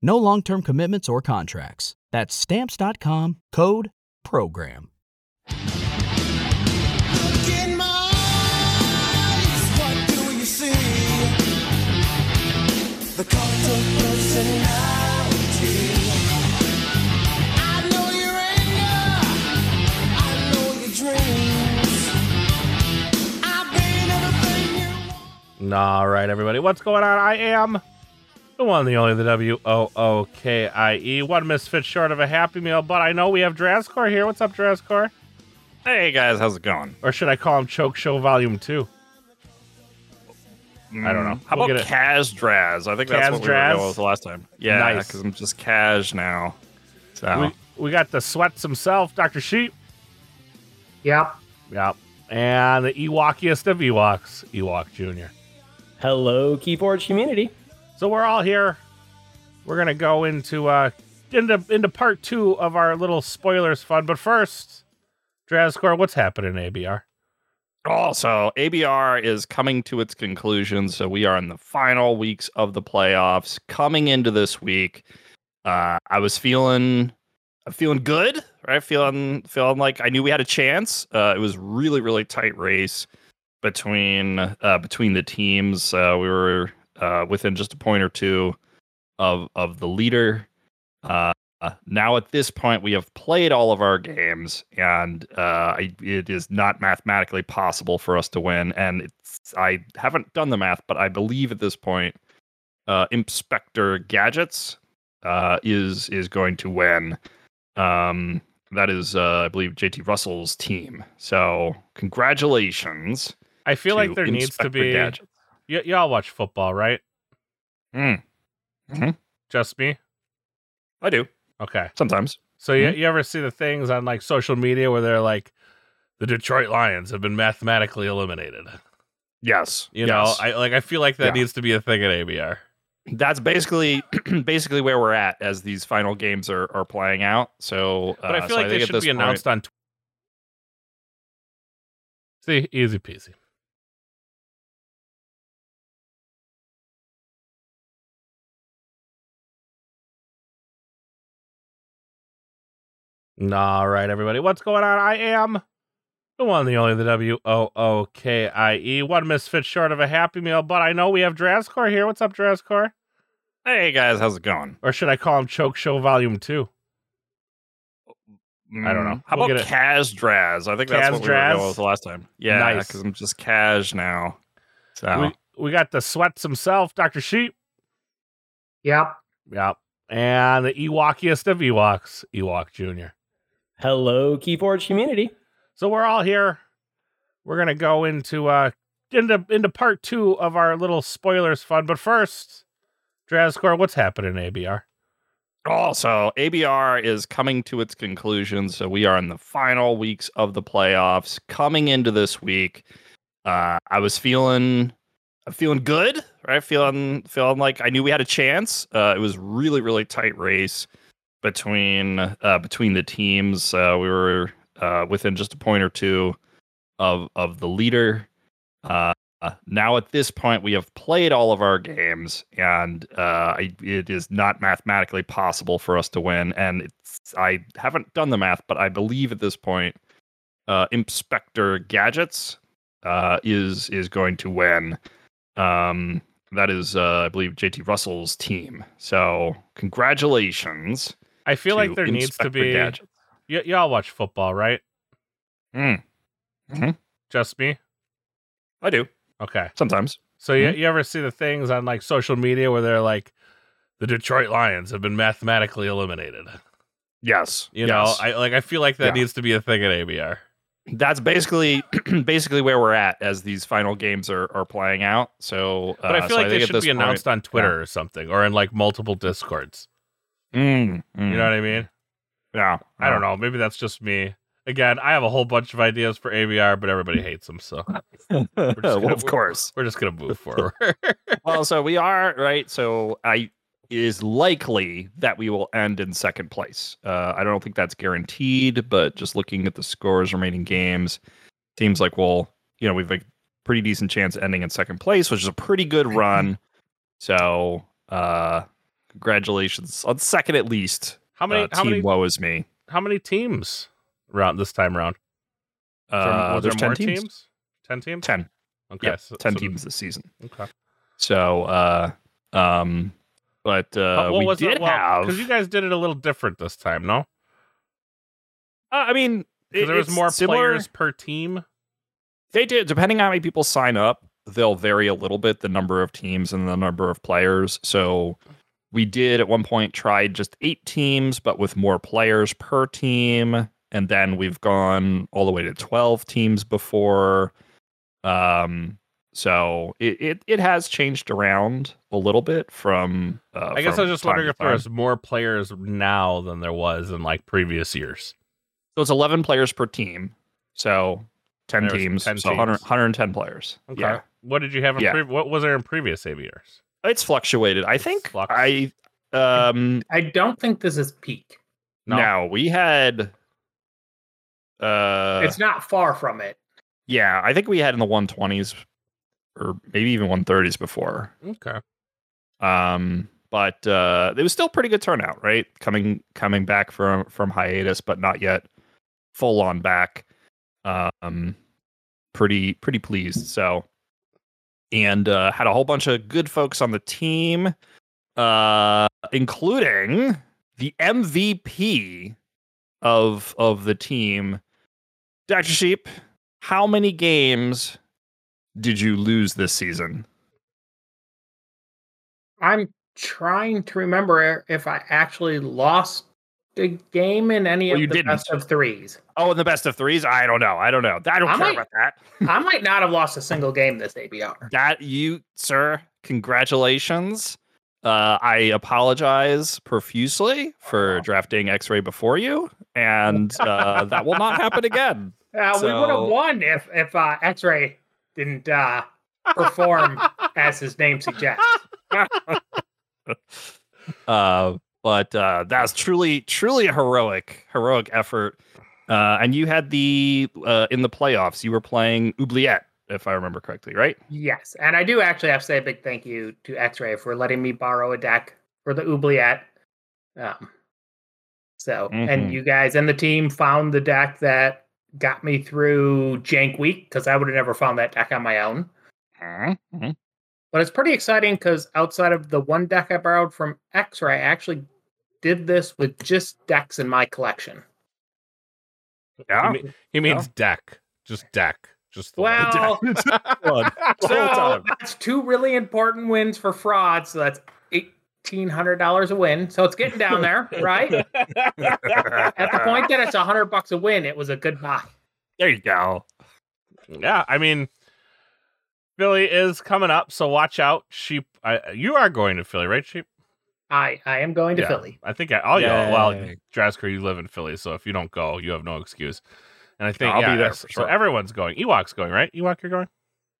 No long term commitments or contracts. That's Stamps.com code PROGRAM. In my eyes, what do you see? The cult of personality. I know your anger. I know your dreams. I've been everything you want. All right, everybody, what's going on? I am the one, the only, the W O O K I E. One misfit short of a Happy Meal, but I know we have Drascore here. What's up, Drascore? Hey guys, how's it going? Or should I call him Choke Show Volume Two? I don't know. Mm, How We'll about get it. Kaz Draz? I think Kaz that's what we were Draz? going with the last time. Yeah, Nice. because I'm just Kaz now. So We we got the Sweats himself, Doctor Sheep. Yep. Yep, and the Ewokiest of Ewoks, Ewok Junior. Hello, Keyforge community. So we're all here. We're gonna go into uh into into part two of our little spoilers fun, but first, Drascore, what's happening in ABR? also, ABR is coming to its conclusion. So we are in the final weeks of the playoffs. Coming into this week, uh, I was feeling, I'm feeling good, right? Feeling, feeling like I knew we had a chance. Uh, it was really, really tight race between uh, between the teams. Uh, we were uh, within just a point or two of of the leader. Uh, uh, now at this point, we have played all of our games, and uh, I, it is not mathematically possible for us to win. And it's, I haven't done the math, but I believe at this point, uh, Inspector Gadgets uh, is is going to win. Um, that is, uh, I believe, JT Russell's team. So congratulations. I feel like there needs to be. Gadget. Y- y'all watch football, right? Mm, Just me? I do Okay. sometimes. So Mm-hmm. you, you ever see the things on like social media where they're like, the Detroit Lions have been mathematically eliminated? Yes, You yes. know, I like I feel like that Yeah. needs to be a thing at ABR. that's basically basically where we're at as these final games are, are playing out. So, But uh, I feel so like think they at should this be announced on. Tw- See, easy peasy. All right, everybody, what's going on? I am the one, the only, the W O O K I E. One misfit short of a Happy Meal, but I know we have Drascore here. What's up, Drascore? Point, hey guys, how's it going? Or should I call him Choke Show Volume Two? I don't know. Mm, How We'll about get it. Kaz Draz? I think Kaz that's what we were Draz? going with the last time. Yeah, Nice. because I'm just Kaz now. So We, we got the sweats himself, Doctor Sheep. Yep. Yep. And the Ewokiest of Ewoks, Ewok Jr. Hello, Keyforge community. So we're all here. We're gonna go into uh into into part two of our little spoilers fun. But first, Drascore, what's happening in ABR? Also, ABR is coming to its conclusion, so we are in the final weeks of the playoffs. Coming into this week, uh, I was feeling, I'm feeling good, right? Feeling, feeling like I knew we had a chance. Uh, it was really, really tight race between uh, between the teams. Uh, we were uh, within just a point or two of of the leader. Uh, uh, now at this point, we have played all of our games, and uh, I, it is not mathematically possible for us to win. And it's, I haven't done the math, but I believe at this point, uh, Inspector Gadgets uh, is is going to win. Um, that is, uh, I believe, JT Russell's team. So congratulations! I feel like there needs to be. Y- y'all watch football, right? Mm, Just me? I do Okay. sometimes. So you, you ever see the things on like social media where they're like, the Detroit Lions have been mathematically eliminated. Yes, You yes. know, I like I feel like that Yeah. needs to be a thing at ABR. that's basically basically where we're at as these final games are, are playing out. So, But I uh, feel so like they think at should this be announced on Twitter yeah. or something, or in like multiple discords. Point, mm, You know what I mean? yeah, I don't know. Maybe that's just me. Again, I have a whole bunch of ideas for ABR, but everybody hates them, so know. just gonna- well, of course. we're just gonna move forward. well, so we are right. So I it is likely that we will end in second place. Uh, I don't think that's guaranteed, but just looking at the scores, remaining games, seems like we'll you know we've a pretty decent chance of ending in second place, which is a pretty Mm-hmm. good run. So uh, congratulations on second at least. how many? uh, how team many? woe is me. How many teams? Round this time round. Was there- Uh, was there's there more 10 teams. Ten teams. 10. Okay, Yeah, so- 10 so- teams this season. Okay. So, uh, um, but uh, Uh, what we was did it? Well, have. because you guys did it a little different this time, no? Uh, I mean, it- Because there was it's more similar. players per team. They did, depending on how many people sign up, they'll vary a little bit the number of teams and the number of players. So we did at one point try just eight teams, but with more players per team. And then we've gone all the way to 12 teams before. Um, so it, it, it has changed around a little bit from. Uh, I guess I from was just time wondering to if there time. was more players now than there was in like previous years. So it's 11 players per team. So 10 There's teams. 10 so 100, teams. 110 players. Okay. Yeah. What did you have? In Yeah. pre- what was there in previous ABRs? It's fluctuated. I think flux. I um I don't think this is peak. No. now we had uh it's not far from it. yeah, I think we had in the 120s or maybe even 130s before. Okay. Um but uh it was still pretty good turnout, right? Coming coming back from from hiatus but not yet full on back. Um pretty pretty pleased. So and uh had a whole bunch of good folks on the team uh including the MVP of of the team. Dr. Sheep, how many games did you lose this season? I'm trying to remember if I actually lost the game in any Well, of you the didn't. best of threes. Oh, in the best of threes? I don't know. I don't know. I don't I care might- about that. I might not have lost a Uh, single game this ABR. That you, sir, congratulations. Uh, I apologize profusely for drafting X Ray before you, and uh, that will not happen again. Uh, We would So- have won if if uh, X Ray didn't uh, perform as his name suggests. Uh, but uh, that's truly, truly a heroic, heroic effort. Uh, and you had the uh, in the playoffs. You were playing Oubliette, if I remember correctly, right? Yes, and I do actually have to say a big thank you to X Ray for letting me borrow a deck for the Oubliette. Um, so, Mhm. and you guys and the team found the deck that got me through Jank Week because I would have never found that deck on my own. Mhm. But it's pretty exciting because outside of the one deck I borrowed from X Ray, I actually did this with just decks in my collection. Yeah. He, me- he means deck. Just deck. Just the Well, One. The whole So time. that's two really important wins for fraud. So that's eighteen hundred dollars a win. So it's getting down there, right? At the point that it's hundred bucks a win, it was a good buy. There you go. yeah, I mean, Philly is coming up, so watch out, sheep. I, you are going to Philly, right, sheep? I I am going to Yeah. Philly. I think I, all y'all. Well, Yay. Drasker, you live in Philly, so if you don't go, you have no excuse. And I think I'll be yeah, there s- for So sure. everyone's going. Ewok's going, right? Ewok, you're going.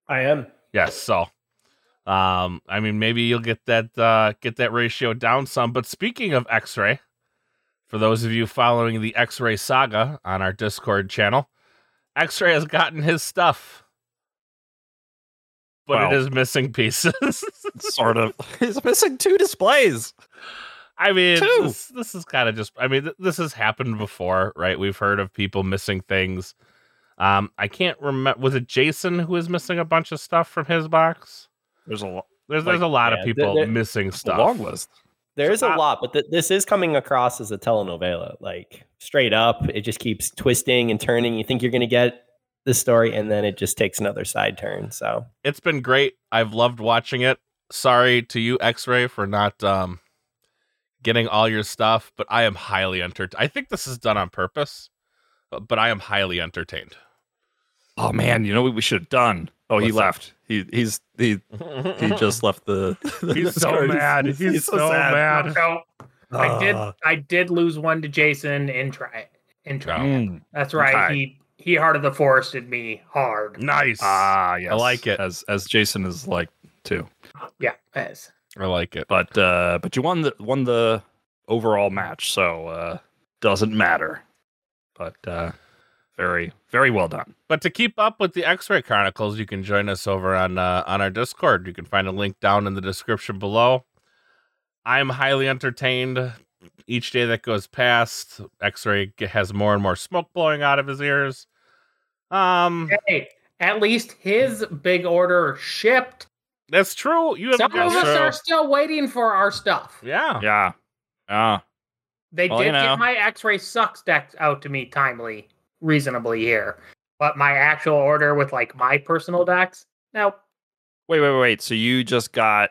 I am. Yes. So, um, I mean, maybe you'll get that uh, get that ratio down some. But speaking of X-ray, for those of you following the X-ray saga on our Discord channel, X-ray has gotten his stuff, but Well. it is missing pieces. Sort of. He's missing two displays. I mean, Two. this, this is kind of just. I mean, th- this has happened before, right? We've heard of people missing things. Um, I can't remember. Was it Jason who was missing a bunch of stuff from his box? There's a, lo- There's Like, there's a lot yeah, of th- people th- missing stuff. long list. There So is a I- lot, but th- this is coming across as a telenovela. Like straight up, it just keeps twisting and turning. You think you're going to get the story, and then it just takes another side turn. So It's been great. I've loved watching it. Sorry to you, X Ray, for not um getting all your stuff, but I am highly entertained. I think this is done on purpose, but, but I am highly entertained. Oh man, you know what we should have done? Oh, he What's that? left. He he's he he just left the. He's so mad. He's so No, mad. no, I did. Ah. I did lose one to Jason in try in try. Mm. That's right. Okay. He he heart of the forested me hard. nice. Ah, yes. like it. As as Jason is like too. Yeah, yes. I like it. But uh but you won the won the overall match, so uh doesn't matter. But uh very very well done. But to keep up with the X-Ray Chronicles, you can join us over on uh, on our Discord. You can find a link down in the description below. I'm highly entertained. Each day that goes past, X-Ray g- has more and more smoke blowing out of his ears. Um, Hey, at least his big order shipped. that's true. You have Some got of us true. are still waiting for our stuff. yeah. Yeah. Yeah. They Well, did you know. get my X-ray sucks deck out to me timely, reasonably here. But my actual order with like my personal decks, nope. Wait, wait, wait. So you just got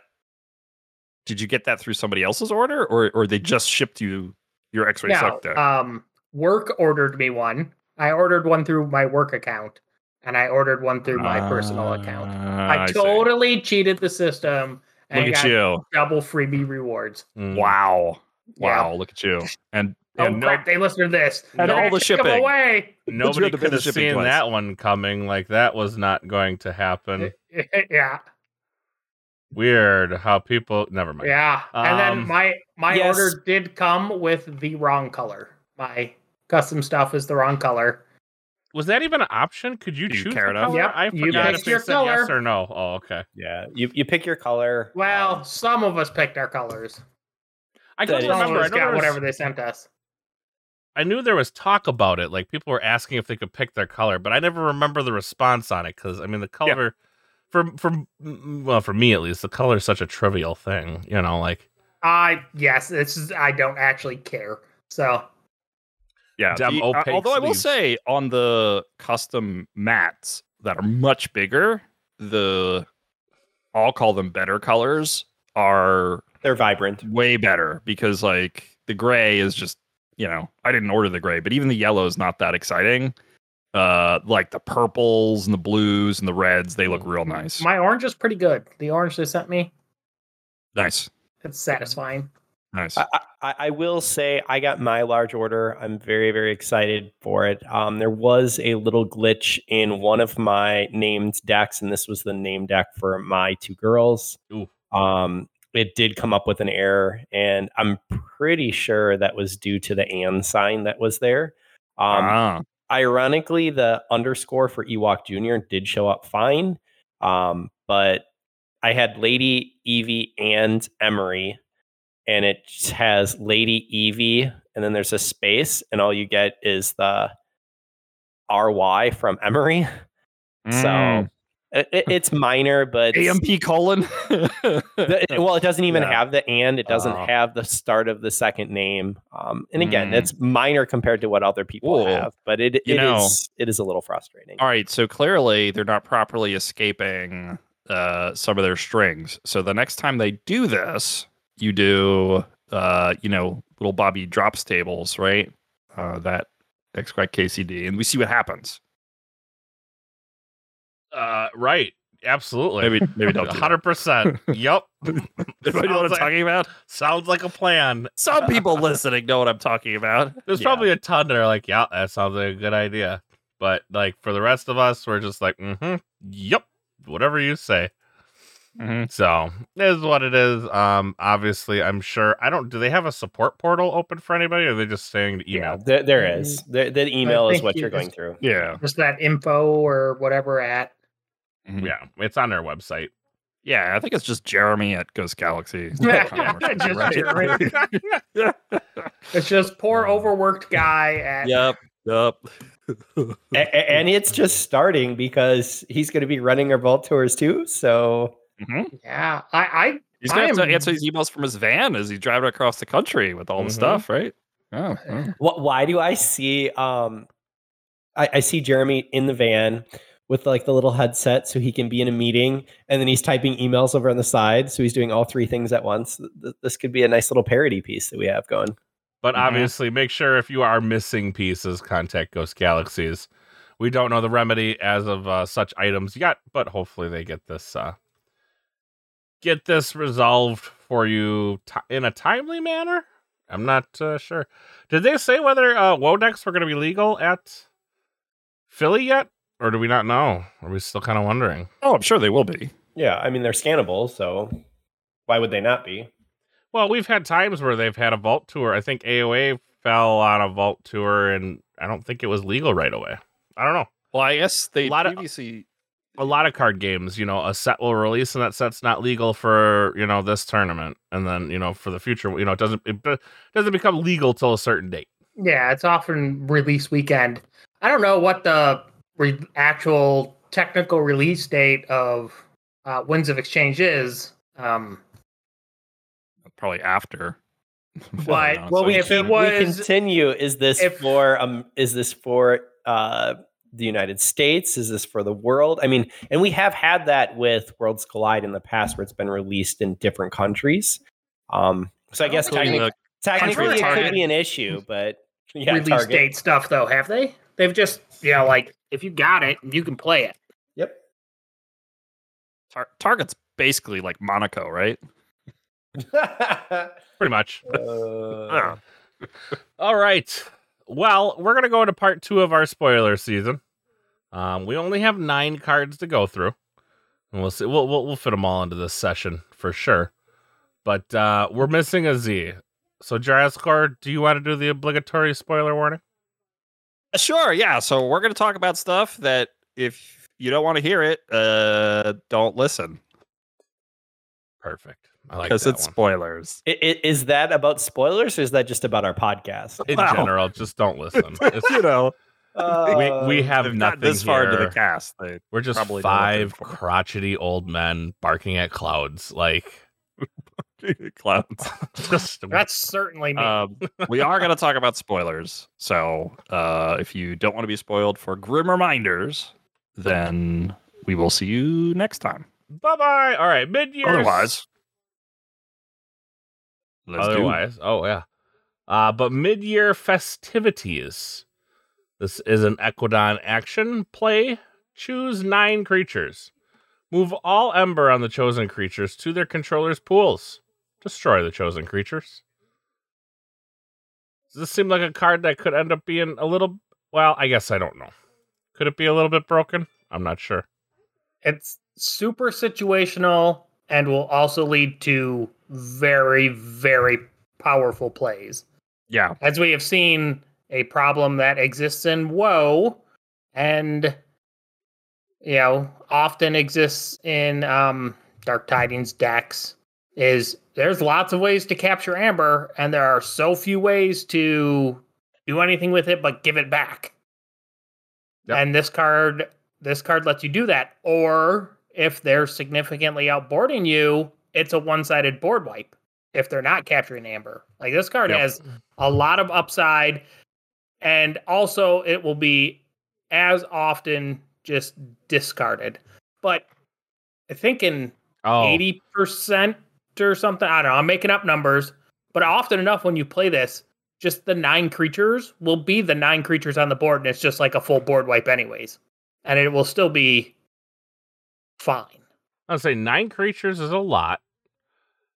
Did you get that through somebody else's order or or they just shipped you your x-ray No, suck deck? um, work ordered me one. I ordered one through my work account, and I ordered one through my personal account. I, Ah, see. totally cheated the system and Look got at you. double freebie rewards. Mm. Wow. Yeah. Wow, look at you. And Oh and crap! They listened to this. And They're all the gonna take 'em shipping. away. You Nobody had to pay could the have shipping seen twice. that one coming. Like that was not going to happen. yeah, Weird how people. Never mind. yeah. and Um, then my my yes. order did come with the wrong color. My custom stuff is the wrong color. Was that even an option? Could you, Do you choose? care the enough? color? Yep. I You forgot picked if they your said yes color. or no. Oh, okay. yeah, you you pick your color. Well, um, some of us picked our colors. I couldn't That is- Some of remember. I, us know there got was- whatever they sent us. I knew there was talk about it. Like people were asking if they could pick their color, but I never remember the response on it because I mean the color, for for mm, well for me at least, the color is such a trivial thing. You know, like I yes, this is I don't actually care. So Yeah. Dumb the- uh, opaque although I will sleeves. say on the custom mats that are much bigger, the I'll call them better colors are they're vibrant. way better because like the gray is just you know I didn't order the gray, but even the yellow is not that exciting. Uh, like the purples and the blues and the reds, they look real nice. my orange is pretty good. The orange they sent me, nice, it's satisfying. nice. I, I- I, I will say I got my large order. I'm very, very excited for it. Um, there was a little glitch in one of my named decks, and this was the name deck for my two girls. Ooh. Um, it did come up with an error, and I'm pretty sure that was due to the and sign that was there. Um, ah, ironically, the underscore for Ewok Jr. did show up fine. Um, but I had Lady Evie and Emery, and it just has Lady Evie, and then there's a space, and all you get is the RY from Emery. Mm. So it, it- it's minor, but AMP colon. the- well, it doesn't even Yeah. have the and. It doesn't Oh. have the start of the second name. Um, and again, Mm. that's minor compared to what other people Ooh. have, but it it You is know- it is a little frustrating. All right, so clearly they're not properly escaping uh, some of their strings. So the next time they do this, you do, uh, you know, little Bobby drops tables, right? Uh, that X Y KCD, and we see what happens. uh, right, absolutely, Maybe, maybe don't. Do that. hundred percent. Yep. Everybody know what I'm Sounds like- talking about? Sounds like a plan. Some people listening know what I'm talking about. There's Yeah. probably a ton that are like, yeah, that sounds like a good idea, but like for the rest of us, we're just like, mm-hmm, yep, whatever you say. Mhm. So it is what it is. Um, obviously, I'm sure. I don't. Do they have a support portal open for anybody? Or are they just saying to Yeah, email? there, there is. There, the email is think what you you're going just- through. Yeah, Just that info or whatever at Mm-hmm. Yeah, it's on their website. yeah. I think it's just Jeremy at Ghost Galaxy. Just Jeremy. it's just poor Um, overworked guy at Yep. Yep. A- a- and it's just starting because he's going to be running our vault tours too. So yeah. I, He's gonna have to I'm- answer his emails from his van as he's driving across the country with all Mhm. the stuff, right? Oh, oh. Wh- why do I see um I, I see Jeremy in the van with like the little headset so he can be in a meeting and then he's typing emails over on the side so he's doing all three things at once. Th- th- This could be a nice little parody piece that we have going. But Mhm. obviously, make sure if you are missing pieces, contact Ghost Galaxies. We don't know the remedy as of uh, such items yet, but hopefully they get this uh, get this resolved for you ti in a timely manner. I'm not uh, sure. Did they say whether uh, Wodex were going to be legal at Philly yet, or do we not know? Are we still kind of wondering? Oh, I'm sure they will be. Yeah, I mean they're scannable, so why would they not be? Well, we've had times where they've had a vault tour. I think AOA fell on a vault tour, and I don't think it was legal right away. I don't know. Well, I guess they lot of- previously. a lot of card games, you know, a set will release and that set's not legal for, you know, this tournament. And then, you know, for the future, you know, it doesn't it be- doesn't become legal till a certain date. Yeah, it's often release weekend. I don't know what the re- actual technical release date of uh, Winds of Exchange is. Um, probably after. But- well, we- if it We was- continue. Is this if- for um is this for uh the United States? Is this for the world? I mean, and we have had that with Worlds Collide in the past where it's been released in different countries. Um so I, guess Including technic- the- technically Country it could target. be an issue, but yeah, release target. date stuff, though, have they? They've just, you know, like if you got it, you can play it. Yep. Tar- Target's basically like Monaco, right? Pretty much. Uh, All right. Well, we're gonna go into part two of our spoiler season. Um, we only have nine cards to go through, and we'll see. We'll we'll, we'll fit them all into this session for sure. But uh, we're missing a Z. So, Jurassic, do you want to do the obligatory spoiler warning? Uh, Sure, yeah. So we're going to talk about stuff that if you don't want to hear it, uh, don't listen Perfect. I like because that it's one. spoilers. i- i- is that about spoilers or is that just about our podcast? in Wow. general, just don't listen. It's- you know, Uh, we we have they've gotten nothing this far into the here. cast. They, We're just probably know what they're five for. crotchety old men barking at clouds. Like clowns. just That's certainly me. uh, Um, we are going to talk about spoilers. So uh, if you don't want to be spoiled for grim reminders, then we will see you next time. bye bye. All right, mid year. Otherwise, let's do it. otherwise, oh yeah. Uh, but mid year festivities. This is an Equidon action play. Choose nine creatures. Move all Ember on the chosen creatures to their controller's pools. Destroy the chosen creatures. Does this seem like a card that could end up being a little? Well, I guess I don't know. Could it be a little bit broken? I'm not sure. it's super situational and will also lead to very, very powerful plays. Yeah. as we have seen a problem that exists in woe and you know often exists in um dark tidings decks is there's lots of ways to capture amber and there are so few ways to do anything with it but give it back Yep. and this card this card lets you do that or if they're significantly outboarding you it's a one-sided board wipe if they're not capturing amber like this card Yep. has a lot of upside and also it will be as often just discarded but i think in Oh, 80% or something i don't know i'm making up numbers but often enough when you play this just the nine creatures will be the nine creatures on the board and it's just like a full board wipe anyways and it will still be fine I'd say nine creatures is a lot,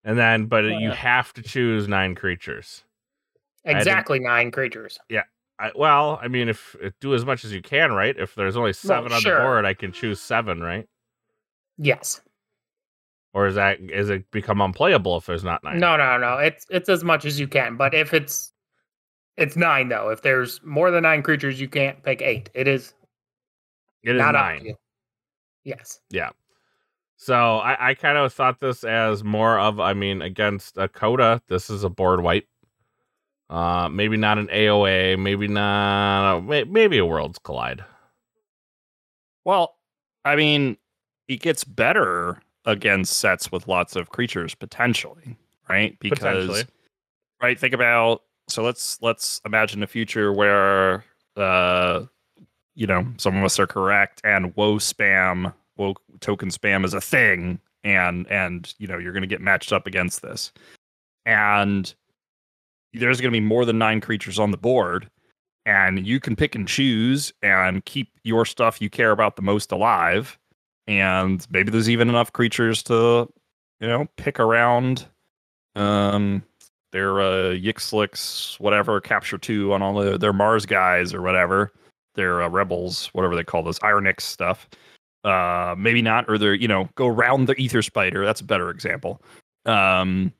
and then but you Yeah. have to choose nine creatures. didn't- exactly nine creatures I, well, I mean, if, if do as much as you can, right? If there's only seven on sure. the board, I can choose seven, right? yes Or is that is it become unplayable if there's not nine? No, no, no. It's it's as much as you can. But if it's it's nine though. If there's more than nine creatures, you can't pick eight. It is it is not up to nine. you. Yes. So I, I kind of thought this as more of, I mean, against a coda, this is a board wipe. Uh, maybe not an AOA, maybe not, may- maybe a Worlds Collide. Well, I mean, it gets better against sets with lots of creatures potentially, right? Potentially. Because right, think about so let's let's imagine a future where uh you know, some of us are correct and woe spam, woe token spam is a thing and and you know, you're going to get matched up against this. And there's going to be more than 9 creatures on the board and you can pick and choose and keep your stuff you care about the most alive and maybe there's even enough creatures to you know pick around um their uh yixlix whatever capture two on all the, their mars guys or whatever their uh, rebels whatever they call those ironix stuff uh maybe not or they're you know go around the ether spider that's a better example um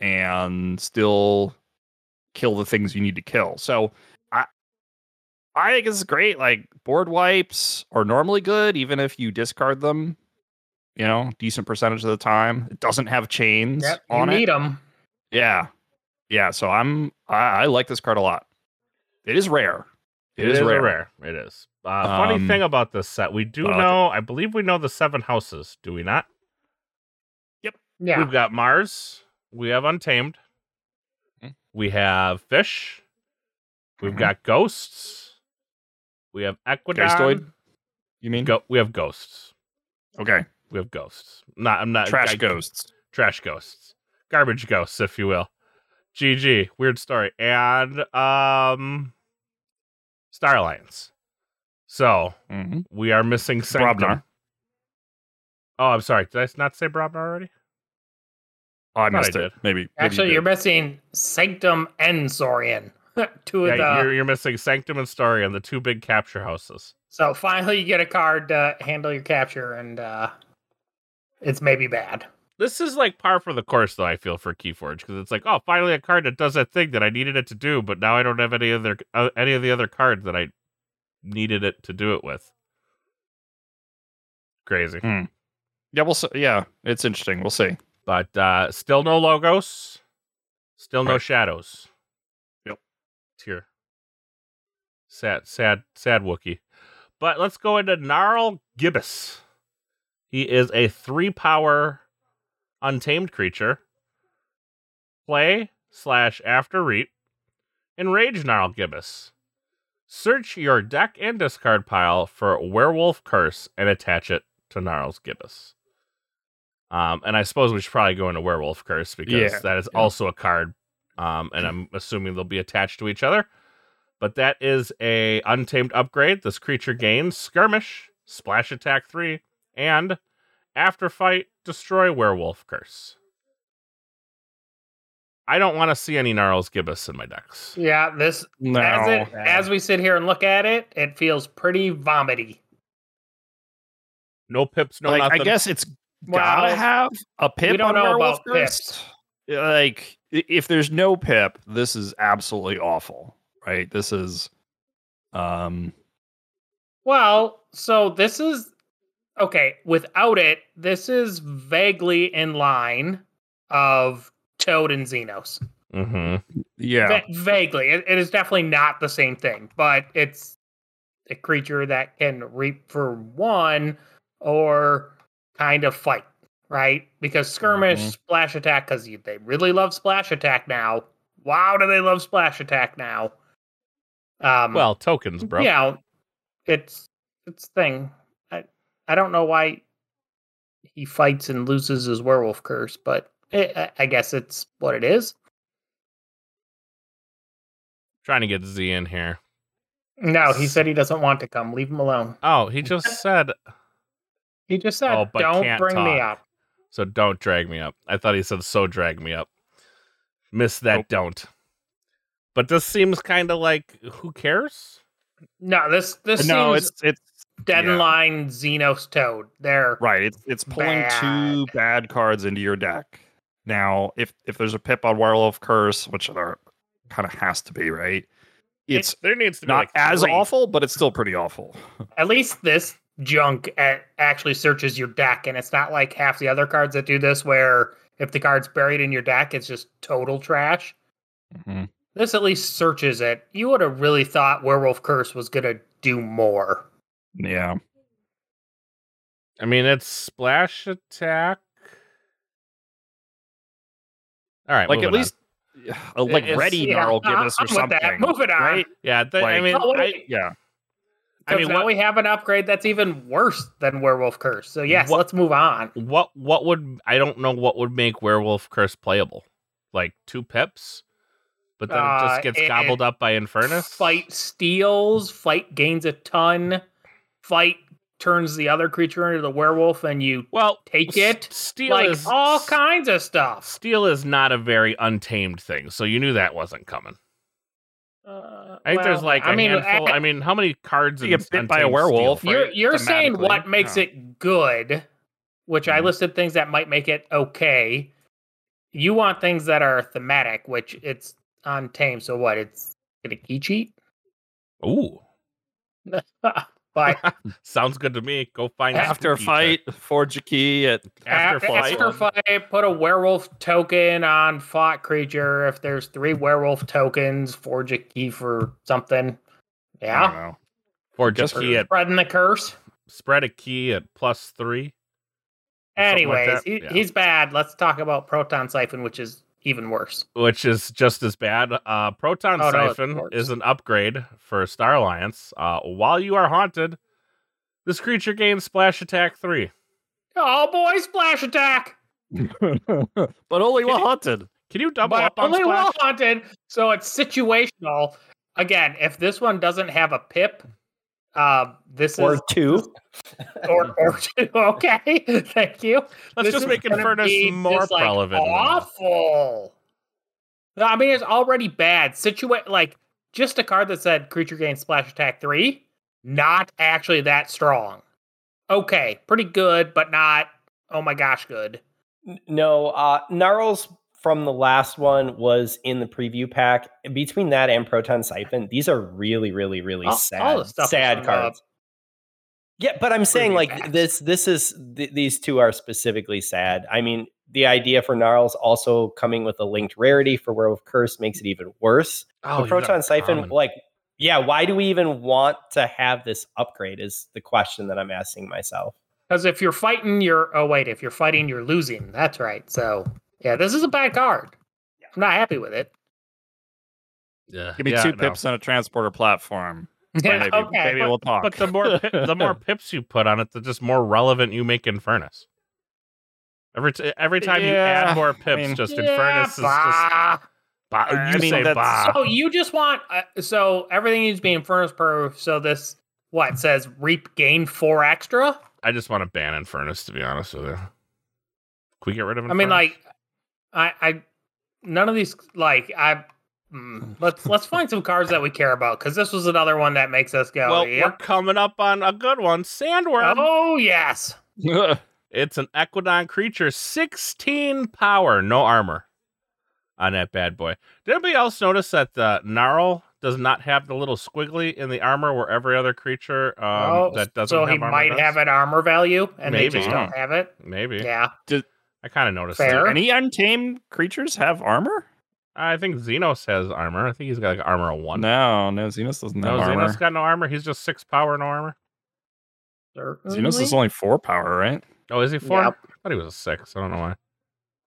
and still kill the things you need to kill so I think it's great. Like board wipes are normally good, even if you discard them. You know, decent percentage of the time. It doesn't have chains Yep, you on it. need them. Yeah, yeah. So I'm I, I like this card a lot. It is rare. it is rare. a rare. It is. Uh, funny Um, thing about this set, we do but I like know. I believe we know the seven houses. Do we not? Yeah. We've got Mars. We have Untamed. Mhm. We have Fish. We've Mhm. got Ghosts. We have Equidon. Um, Ghostoid? You mean Go- we have Ghosts. okay? We have Ghosts. Not. I'm not. Trash I- ghosts. Trash Ghosts. Garbage Ghosts, if you will. GG. Weird story. And um, Star Alliance. So Mhm. we are missing Sanctum. Brobnar. Oh, I'm sorry. Did I not say Brobnar already? Oh, I Thought I missed did. it. Maybe maybe you Actually, you're did. missing Sanctum and Zorian. Two of Yeah, the you're, you're missing Sanctum and Story and the two big capture houses. so finally you get a card to handle your capture, and uh it's maybe bad. This is like par for the course, though, I feel, for Keyforge, because it's like, oh, finally a card that does that thing that I needed it to do, but now I don't have any other uh, any of the other cards that I needed it to do it with. Crazy. Hmm. yeah. We'll see. yeah. It's interesting. We'll see. But uh still no logos, still no Right. shadows. Yep. Tear. Sad, sad, sad Wookie. But let's go into Gnarl Gibbous. He is a three power untamed creature. Play slash after reap. Enrage Gnarl Gibbous. Search your deck and discard pile for Werewolf Curse and attach it to Gnarl's Gibbous. Um, and I suppose we should probably go into Werewolf Curse because Yeah. that is Yeah. also a card, um, and I'm assuming they'll be attached to each other. But that is a untamed upgrade. This creature gains Skirmish, Splash Attack three, and after fight, destroy Werewolf Curse. I don't want to see any Gnarls Gibbous in my decks. Yeah, this No. as it as we sit here and look at it, it feels pretty vomity. No pips, no like, nothing. I guess it's Well, gotta have a pip. don't on know Werewolf about Curse. pips. Like, i- if there's no pip, this is absolutely awful, right? This is, um, Well, so this is okay. Without it, this is vaguely in line of Toad and Xenos. hmm Mm. yeah, Va- vaguely, It- it is definitely not the same thing, but it's a creature that can reap for one or kind of fight, right? Because skirmish, Mhm. splash attack, because they really love splash attack now. Wow, do they love splash attack now? Um, Well, tokens, bro. yeah, it's it's thing. I I don't know why he fights and loses his werewolf curse, but it, I- I guess it's what it is. Trying to get Z in here. No, he said he doesn't want to come. Leave him alone. Oh, he just said, He just said, Oh, but "Don't can't bring me talk. up." so don't drag me up. I thought he said, so drag me up. Miss that, Nope. don't. But this seems kind of like, who cares? No, this this no, seems it's it's dead in yeah. line. Xenos Toad. There, right. It's it's pulling two bad cards into your deck. Now, if if there's a pip on Werewolf Curse, which there kind of has to be, right? It's there needs to be not like as three. awful, but it's still pretty awful. At least this junk a actually searches your deck, and it's not like half the other cards that do this, where if the card's buried in your deck, it's just total trash. Mm-hmm. This at least searches it. You would have really thought Werewolf Curse was going to do more. Yeah, I mean, it's splash attack. All right, like at moving on. least uh, like It's- Ready Yeah, will give uh, us I'm or with that. something. Move it on. Right? yeah. th- I like- mean, Oh, I, wait. Yeah. I mean, now what- we have an upgrade that's even worse than Werewolf Curse. So yes, What- let's move on. what what would I don't know what would make Werewolf Curse playable, like two pips, but then it Uh, just gets it- gobbled up by Infernus. Fight steals. Fight gains a ton. Fight turns the other creature into the werewolf, and you Well, s- take it. Steel like is all s- kinds of stuff. Steel is not a very untamed thing, so you knew that wasn't coming. Uh, I think there's well, like a I mean, handful. I- I mean, how many cards You in get bit by a Untamed Steel? werewolf. you're right, you're saying thematically. what makes Yeah. it good, which I Mm-hmm. Mhm. listed things that might make it okay. You want things that are thematic, which it's untamed. So what? It's gonna key cheat, Ooh, but sounds good to me. Go find After a Spooky fight, forge a key at After after fight. fight. after fight, put a werewolf token on fought creature. If there's three werewolf tokens, forge a key for I something. don't Yeah, know. to- or just Just key at spreading the curse. spread a key at plus three. Something like Anyways, that? he, Yeah. he's bad. Let's talk about Proton Siphon, which is even worse. which is just as bad. Uh, Proton Oh, no, it's Siphon worse. is an upgrade for Star Alliance. Uh, while you are haunted, this creature gains splash attack three. Oh boy, splash attack! but only while haunted. Can you double but up on only well splash? haunted, so it's situational. Again, if this one doesn't have a pip, uh, this or is two. or or okay, thank you. Let's This just is make gonna Infernus be more just, like, relevant. now. Awful. No, I mean, it's already bad. Situate like just a card that said creature gains splash attack three. Not actually that strong. Okay, pretty good, but not oh my gosh, good. N- No, uh, Gnarls from the last one was in the preview pack. Between that and Proton Siphon, these are really, really, really All- all sad, the stuff is sad from the cards. Yeah, but I'm saying preview like packs. this. This is th- these two are specifically sad. I mean, the idea for Gnarls also coming with a linked rarity for Werewolf Curse makes it even worse. Oh, But you got Proton a Siphon, common. like, yeah, why do we even want to have this upgrade? Is the question that I'm asking myself. Because if you're fighting, you're oh wait, if you're fighting, you're losing. That's right. So yeah, this is a bad card. I'm not happy with it. Yeah, Give me yeah, two no. pips on a transporter platform. Yeah, maybe okay, maybe but- we'll talk. But the more pi- the more pips you put on it, the just more relevant you make Infernus. Every t- every time you Yeah, add more pips, mean- just Yeah, Infernus is just. bah. Bah, you I mean, say that's- bah. So Oh, you just want uh, so everything needs to be Infernus proof. So this what says reap gain four extra. I just want to ban Infernus, to be honest with you. Can we get rid of Infernus? I mean, like I I none of these like I Oh, mm, let's let's find some cards that we care about because this was another one that makes us go. well, we're yep. coming up on a good one. Sandworm. Oh yes. It's an Equidon creature, 16 power, no armor on that bad boy. Did anybody else notice that the Gnarl does not have the little squiggly in the armor where every other creature um, oh, that doesn't so have he armor might does? have an armor value, and they just Maybe. don't have it. Maybe. Yeah. I kind of noticed Fair. that. Do any untamed creatures have armor? I think Xenos has armor. I think he's got like armor of one. No, no, Xenos doesn't No, have armor. Xenos got no armor. He's just six power, no armor. Xenos is Certainly. only four power, right? Oh, is he four? Yep. I thought he was a six. I don't know why. I'm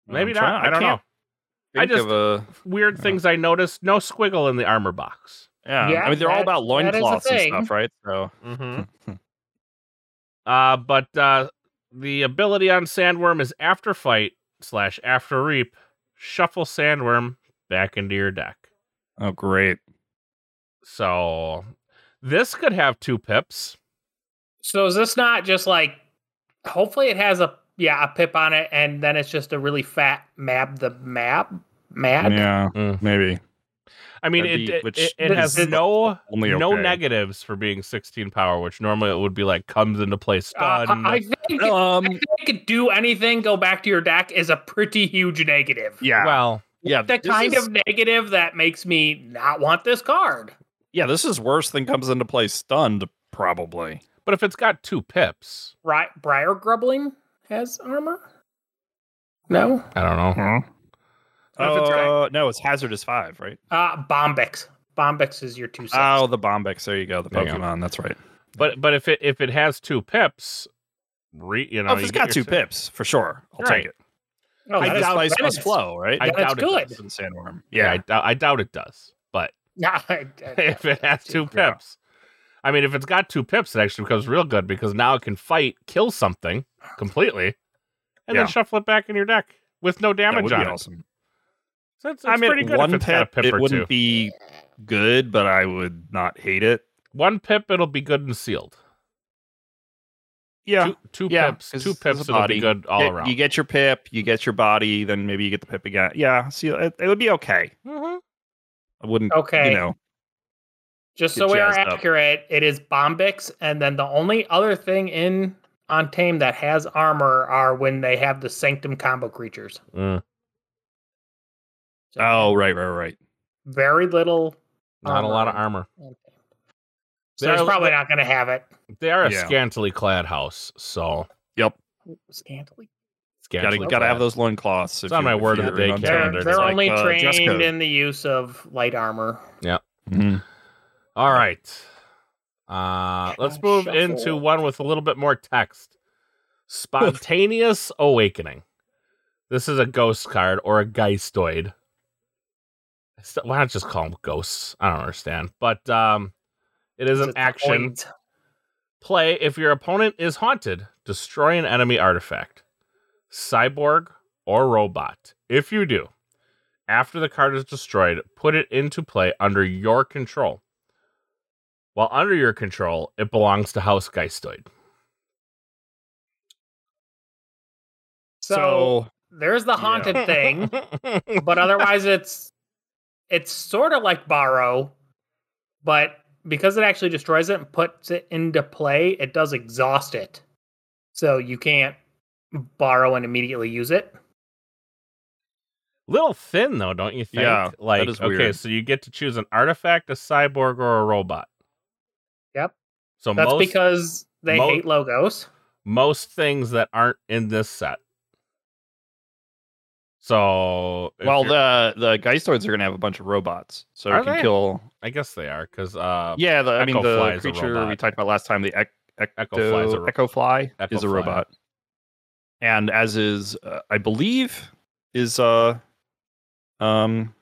Maybe trying- not. I don't know. can't I think just- of a- Weird Yeah. things I noticed. No squiggle in the armor box. yeah. Yeah, I mean, they're all that- about that is a loincloths and thing. stuff, right? So Mm-hmm. Uh, but uh, the ability on Sandworm is after fight slash after reap, shuffle Sandworm back into your deck. oh, great. So this could have two pips. So is this not just like? Hopefully, it has a yeah a pip on it, and then it's just a really fat mab the mab mad. Yeah, Mm. maybe I mean, That'd it, be- it, which it, it has is no only okay. no negatives for being 16 power, which normally it would be like comes into play Uh, stun. I I think Um, I think do anything go back to your deck is a pretty huge negative. yeah, Well, yeah. The this kind is- of negative that makes me not want this card. yeah. This is worse than comes into play stunned, probably. but if it's got two pips, Right, Briar Grubbling has armor. No, I don't know. Huh? What if it's Uh, no, it's hazardous five, right? uh, Bombix. Bombix is your two. cents. Oh, the Bombix. There you go. The There you go. Pokemon. That's right. But but if it if it has two pips, re, you know, Oh, if you it's get got two your- pips for sure. I'll Right. take it. Oh, I that is- doubt spice that must is- flow, right? I That's doubt good. it does. Than sandworm. Yeah, Yeah. I, dou- I doubt it does. But Nah, I- I- if it has two Yeah. pips, I mean, if it's got two pips, it actually becomes real good because now it can fight, kill something completely, and Yeah. then shuffle it back in your deck with no That damage would be on it. awesome. So it's, it's I mean, pretty good one if it's got a pip, pip it or wouldn't two. be good, but I would not hate it. One pip, it'll be good and sealed. Yeah. Two, two Yeah, pips, 'cause two it's a pips, it'll body. be good all Get- around. You get your pip, you get your body, then maybe you get the pip again. Yeah. See, it, it would be okay. Mhm. I wouldn't, Okay. you know, Just Get so we are jazzed up. accurate, it is Bombix, and then the only other thing in on Tame that has armor are when they have the Sanctum combo creatures. Mm, So oh, right, right, right. very little. not a lot of Armor. armor. on Tame. So They're, it's probably not going to have it. they are a Yeah. scantily clad house, so Yep. Scantily. scantily Gotta, gotta have clad. those loincloths. if on you- my if word of the you're day untrained. They're, calendar. It's they're like, only uh, dress trained code. in the use of light armor. Mm-hmm. Mhm. All right. Uh, let's Shuffle. move into one with a little bit more text. Spontaneous Awakening. This is a ghost card or a geistoid. I st- Why not just call them ghosts? I don't understand. But um, it is an It's a action. point. Play if your opponent is haunted, destroy an enemy artifact, cyborg or robot. If you do, after the card is destroyed, put it into play under your control. While under your control, it belongs to House Geistoid. So, there's the haunted thing, but otherwise it's it's sort of like borrow, but because it actually destroys it and puts it into play, it does exhaust it. So you can't borrow and immediately use it. Little thin though, don't you think? Yeah, that like is okay, weird. so you get to choose an artifact, a cyborg, or a robot. Yep. So That's most because they mo- hate logos. most things that aren't in this set. So, if well, you're- the the Geistoids are gonna have a bunch of robots, so Are it can they? kill. I guess they are because uh, yeah, the, I mean Echo Fly the is a creature robot. we talked about last time, the ec- Echo Fly is a ecto ro- Echo Fly Echo is a Fly. robot, and as is uh, I believe is uh um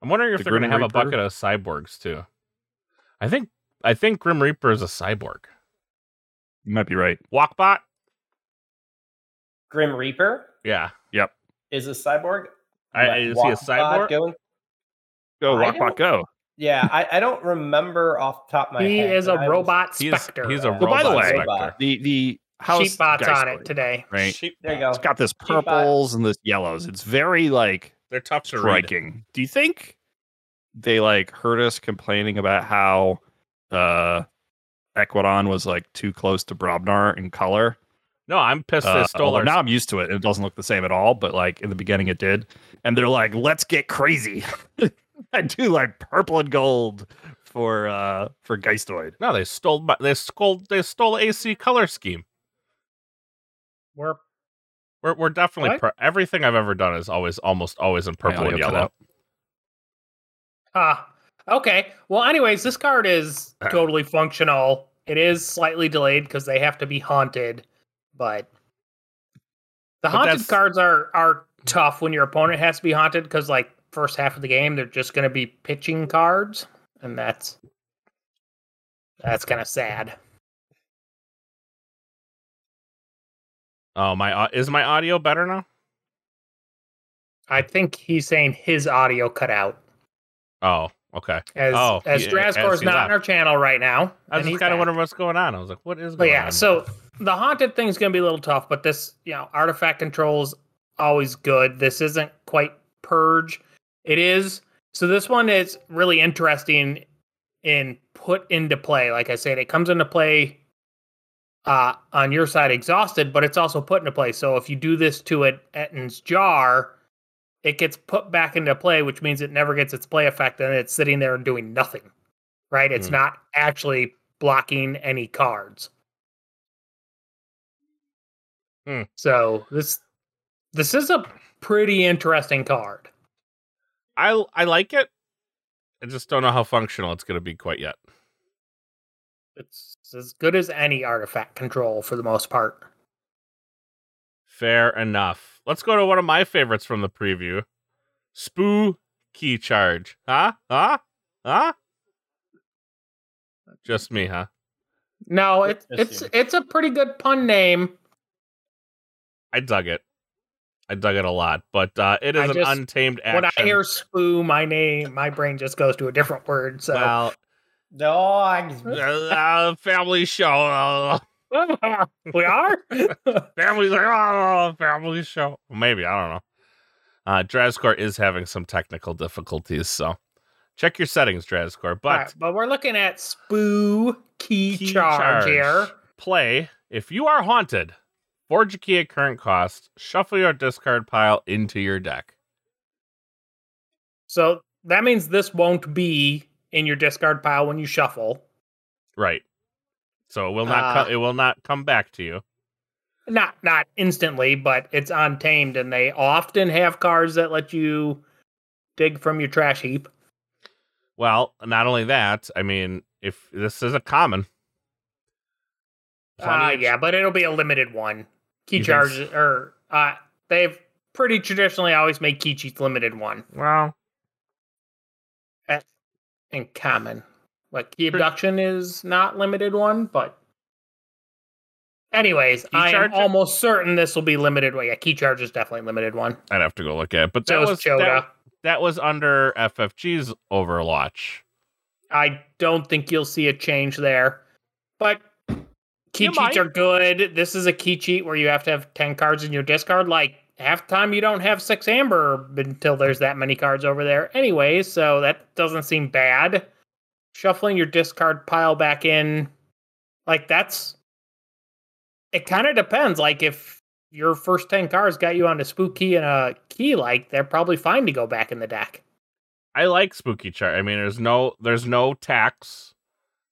I'm wondering if the they're going to Grim have a Reaper? bucket of cyborgs too. I think I think Grim Reaper is a cyborg. you might be right. Walkbot, Grim Reaper yeah. is a cyborg. I, Like, I see walk a bot cyborg. going- Go I rock, don't- rock, go. Yeah, I, I don't remember off the top of my He head. is a but I was- robot He's, specter. he's a Well, robot by the way- specter. The the house Sheep bots on Geistoid, it today. Right, Sheep- There you go. it's got this bot. purples and this yellows. It's very like They're tough to read. striking. Do you think they like heard us complaining about how uh Equidon was like too close to Brobnar in color? No, I'm pissed Uh, they stole although our. now I'm used to it and it doesn't look the same at all, but like in the beginning it did. And they're like, let's get crazy. I do like purple and gold for uh for Geistoid. no, they stole. my- They stole. They stole AC color scheme. We're We're, we're definitely What? pur- everything I've ever done is always almost always in purple Audio and cut yellow. out. Ah, okay. Well, anyways, this card is totally functional. It is slightly delayed because they have to be haunted, but the But haunted that's- cards are are tough when your opponent has to be haunted because like first half of the game they're just going to be pitching cards, and that's that's kind of sad. Oh my! au- Is my audio better now? I think he's saying his audio cut out Oh, okay. as Oh, as yeah, as Drascor's he not left. in our channel right now. I was and he's just kind back. of wondering what's going on. I was like, "What is But going yeah, on?" so the haunted thing's gonna be a little tough, but this, you know, artifact control's always good. This isn't quite purge. It is so this one is really interesting in put into play. Like I said, it comes into play uh on your side exhausted, but it's also put into play. So if you do this to it Etten's jar, it gets put back into play, which means it never gets its play effect and it's sitting there and doing nothing. Right? It's Hmm. not actually blocking any cards. Hmm. So this this is a pretty interesting card. I I like it. I just don't know how functional it's going to be quite yet. It's as good as any artifact control for the most part. Fair enough. Let's go to one of my favorites from the preview. Spooky charge. Huh? Huh? Huh? Just me, huh? No, it, Yes, it's you. it's a pretty good pun name. I dug it. I dug it a lot, but uh, it is I an just- untamed action. When I hear "spoo," my name, my brain just goes to a different word. So well, No, Oh, I uh, uh, family show. uh, we are. Family's like, oh, family show. Maybe, I don't know. Uh Drazcore is having some technical difficulties, so check your settings, Drazcore. All But right, but we're looking at "spoo" key, Key charge. charge, here. play if you are haunted, forge a key at current cost, shuffle your discard pile into your deck. So that means this won't be in your discard pile when you shuffle. Right. So it will not Ah. co- it will not come back to you. Not not instantly, but it's untamed, and they often have cards that let you dig from your trash heap. Well, not only that, I mean, if this is a common. Uh, Plenty of- yeah, but it'll be a limited one. Key You think charge s- or uh, they've pretty traditionally always made key cheats limited one Well, in common. Like key Pre- abduction is not limited one, but anyways, I am charge it? almost certain this will be limited one. Yeah, key charge is definitely limited one. I'd have to go look at it. But that So is was Choda. that, that was under FFG's Overwatch. I don't think you'll see a change there. But key You cheats might. are good. This is a key cheat where you have to have 10 cards in your discard. Like, half the time you don't have six amber until there's that many cards over there anyway, so that doesn't seem bad. Shuffling your discard pile back in, like, that's. It kind of depends. Like, if your first 10 cards got you onto Spooky and a key, like, they're probably fine to go back in the deck. I like spooky chart. I mean, there's no there's no tax,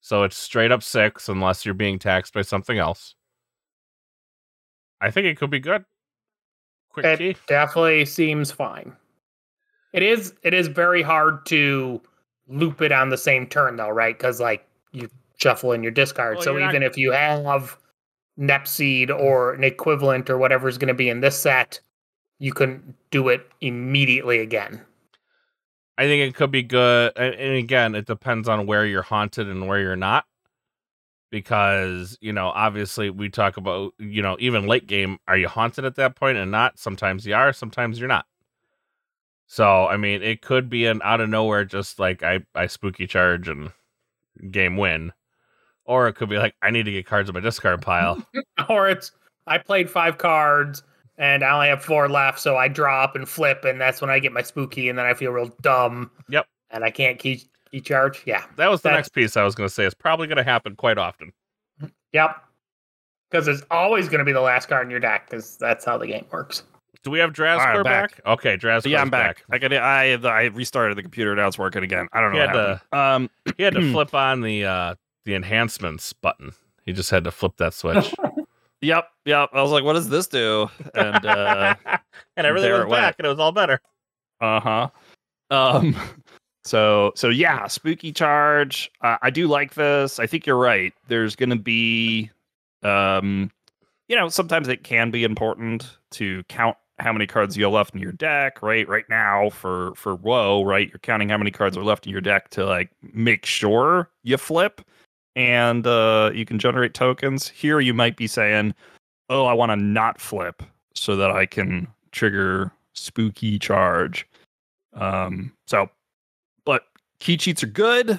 so it's straight up six unless you're being taxed by something else. I think it could be good. Quick it key. definitely seems fine. It is it is very hard to loop it on the same turn though, right? Because like you shuffle in your discard. Well, so you're not- even if you have Nepseed or an equivalent or whatever's going to be in this set, you can do it immediately again. I think it could be good. And, and again, it depends on where you're haunted and where you're not. Because, you know, obviously we talk about, you know, even late game, are you haunted at that point and not? Sometimes you are, sometimes you're not. So, I mean, it could be an out of nowhere, just like I, I spooky charge and game win. Or it could be like, I need to get cards in my discard pile. Or it's I played five cards and I only have four left, so I drop and flip, and that's when I get my spooky, and then I feel real dumb. Yep. And I can't key key charge. Yeah. That was the That- next piece I was going to say. It's probably going to happen quite often. Yep. Because it's always going to be the last card in your deck, because that's how the game works. Do we have Drazcore All right, back. back. Okay, Drazcore. yeah, I'm back. I got it. I I restarted the computer. Now it's working again. I don't know. Yeah, what happened. He had Hmm. to flip on the uh the enhancements button. He just had to flip that switch. Um. Yep. Yep. I was like, what does this do? And. uh and everything there was it back went. and it was all better. Uh-huh. Um so so yeah, spooky charge. Uh, I do like this. I think you're right. There's going to be um you know, sometimes it can be important to count how many cards you have left in your deck, right? Right now for for woe, right? You're counting how many cards are left in your deck to like make sure you flip and uh you can generate tokens. Here you might be saying, "Oh, I want to not flip so that I can trigger spooky charge." Um so but key cheats are good.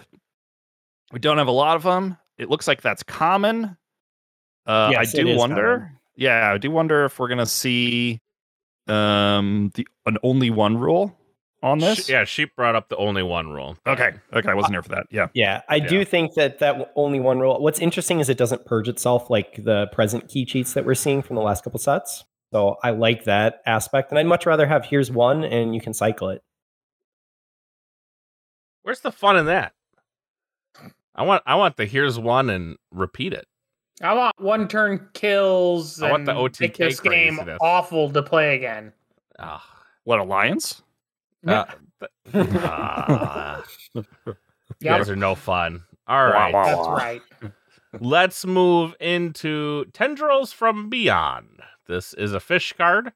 We don't have a lot of them. It looks like that's common. Uh, Yes, I it do is wonder common. yeah, I do wonder if we're gonna see um the an only one rule on this. Sh- yeah, Sheep brought up the only one rule. Okay. Okay. I Uh, wasn't here for that. Yeah. Yeah, I Yeah. do think that that w- only one rule. What's interesting is it doesn't purge itself like the present key cheats that we're seeing from the last couple sets. So I like that aspect, and I'd much rather have here's one and you can cycle it. Where's the fun in that? I want I want the here's one and repeat it. I want one turn kills. I want the and OTK make this game craziness. awful to play again. Ah, What alliance? uh, th- ah, you guys are no fun. All Wah, right. wah, That's wah. right. Let's move into Tendrils from Beyond. This is a fish card.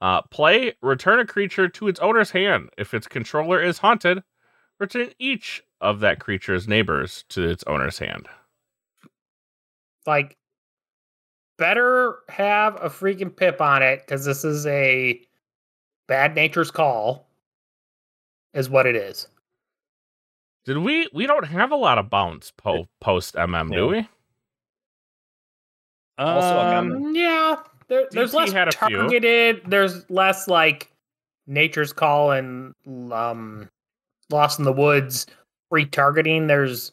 Uh, play, return a creature to its owner's hand. If its controller is haunted, return each of that creature's neighbors to its owner's hand. Like, better have a freaking pip on it because this is a bad nature's call, is what it is. Did we? We don't have a lot of bounce po- post MM, do we? Also, like, Um, I'm- yeah, there, there's DT less had a few. targeted. There's less like nature's call and um, lost in the woods retargeting. There's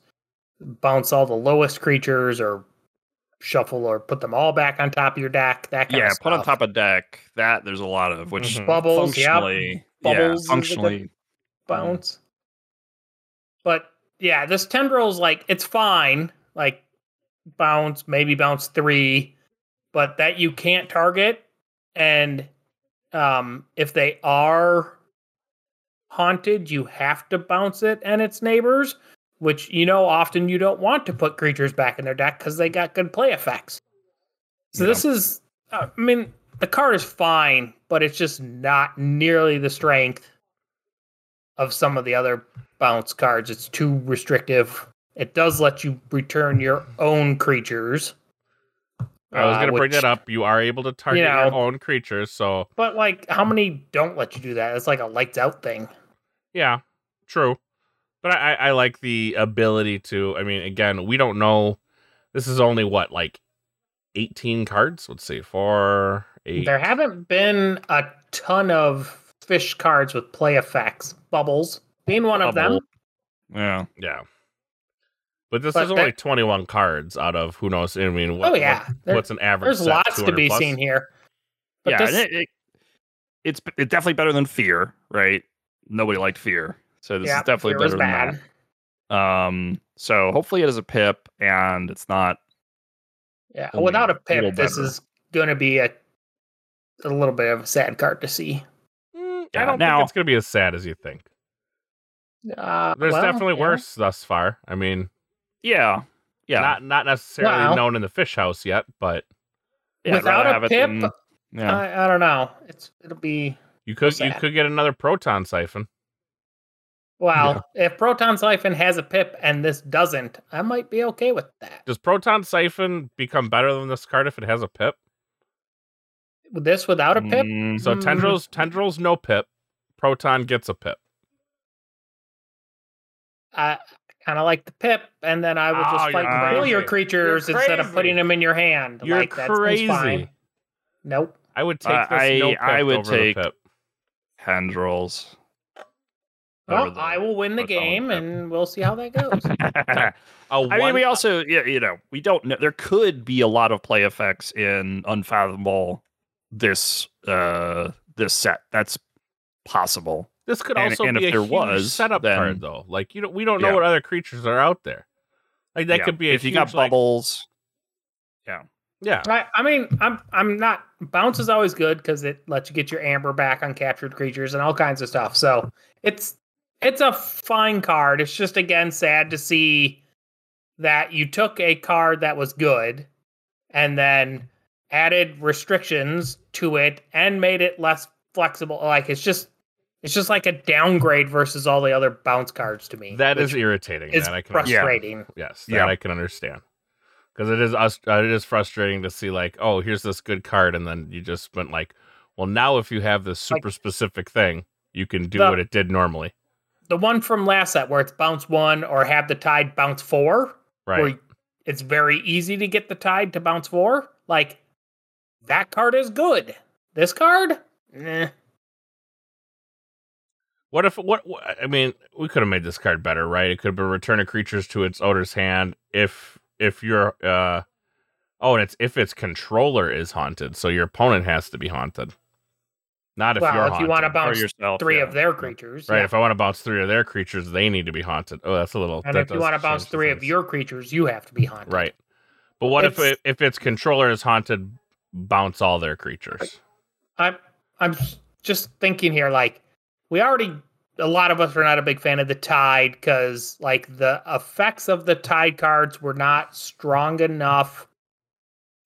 bounce all the lowest creatures or shuffle or put them all back on top of your deck. That kind yeah, of stuff. put on top of deck. That there's a lot of which Mhm. bubbles. Yeah, functionally, yeah, Bubbles is a good- functionally. bounce. But yeah, this tendril's like it's fine, like bounce, maybe bounce three, but that you can't target. And um if they are haunted, you have to bounce it and its neighbors, which you know often you don't want to put creatures back in their deck because they got good play effects. So Yeah. this is uh, I mean, the card is fine, but it's just not nearly the strength of some of the other bounce cards. It's too restrictive. It does let you return your own creatures, I was Uh, going to bring which- that up. You are able to target know. your own creatures, so but like, how many don't let you do that? It's like a lights out thing. yeah, true. But I, I I like the ability to. I mean, again, we don't know. This is only what like eighteen cards. Let's see, four, eight. There haven't been a ton of fish cards with play effects, bubbles being one of them. Bubble. Yeah. Yeah. But this But is only that- 21 cards out of who knows. I mean, what, oh yeah, what- There- what's an average? there's set, lots to 200 be plus? seen here. But yeah, this- and it, it, it's it's definitely better than Fear, right? Nobody liked Fear, so this yeah, is definitely it was better than bad. that. Um, so hopefully it is a pip, and it's not. Yeah, Only without a a little pip, this better. is going to be a a little bit of a sad card to see. Mm, I Yeah, don't now- think it's going to be as sad as you think. Uh, There's well, definitely yeah. worse thus far. I mean, Yeah, yeah. not not necessarily Wow. known in the fish house yet, but yeah, I'd Without rather a have it pip, than- yeah, I, I don't know. It's it'll be you could So you sad. could get another proton siphon. well. If Proton Siphon has a pip and this doesn't, I might be okay with that. Does proton siphon become better than this card if it has a pip? This without a Hmm. pip, Mm, So Mm. tendrils tendrils no pip, proton gets a pip. I kind of like the pip, and then I would Oh, just you're like kill your crazy. creatures You're instead of crazy. putting them in your hand. You're like, that seems crazy. fine. Nope. I would take Uh, this no I- pip I would over take- the pip. tendrils. Well, I will win the Proton game, Pip. and we'll see how that goes. I A mean, one- we also, yeah, you know, we don't know. There could be a lot of play effects in Unfathomable. This, uh, this set that's possible. This could And- also and be if a there huge was, setup then- card, though. Like you don't, we don't know Yeah. what other creatures are out there. Like that Yeah. could be a if you got huge, like- bubbles. yeah, I, I mean, I'm I'm not bounce is always good because it lets you get your amber back on captured creatures and all kinds of stuff. So it's it's a fine card. It's just again sad to see that you took a card that was good and then added restrictions to it and made it less flexible. Like it's just it's just like a downgrade versus all the other bounce cards to me. that which is irritating. is that I can understand. frustrating. Yes, that Yeah. I can understand. Because it is us, uh, it is frustrating to see like, oh, here's this good card, and then you just went like, well, now if you have this Like- super specific thing, you can do The- what it did normally, The one from last set where it's bounce one or have the tide bounce four. right? where it's very easy to get the tide to bounce four. Like that card is good. This card, eh. What if what, what- I mean? We could have made this card better, right? It could have been return a creatures to its owner's hand if if your uh oh, and it's if its controller is haunted, so your opponent has to be haunted. Not if Well, you're if you haunted, wanna or bounce your- yourself. three yeah. of their creatures, Oh, right? yeah. If I want to bounce three of their creatures, they need to be haunted. Oh, that's a little. and that if you does want to bounce change the three of things. your creatures, you have to be haunted. right, but what if It's- it, if its controller is haunted, bounce all their creatures? I'm I'm s- just thinking here, like we already a lot of us are not a big fan of the tide because like the effects of the tide cards were not strong enough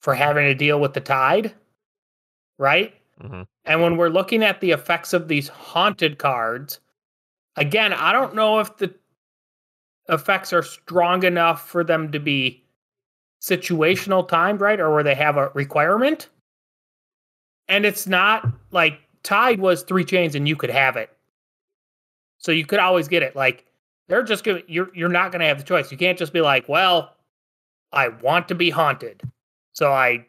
for having to deal with the tide. right? Mhm. Mm-hmm, And when we're looking at the effects of these haunted cards, again, I don't know if the effects are strong enough for them to be situational timed, right? Or where they have a requirement. And it's not like Tide was three chains and you could have it. So you could always get it. Like they're just gonna you're you're not gonna have the choice. You can't just be like, well, I want to be haunted. So I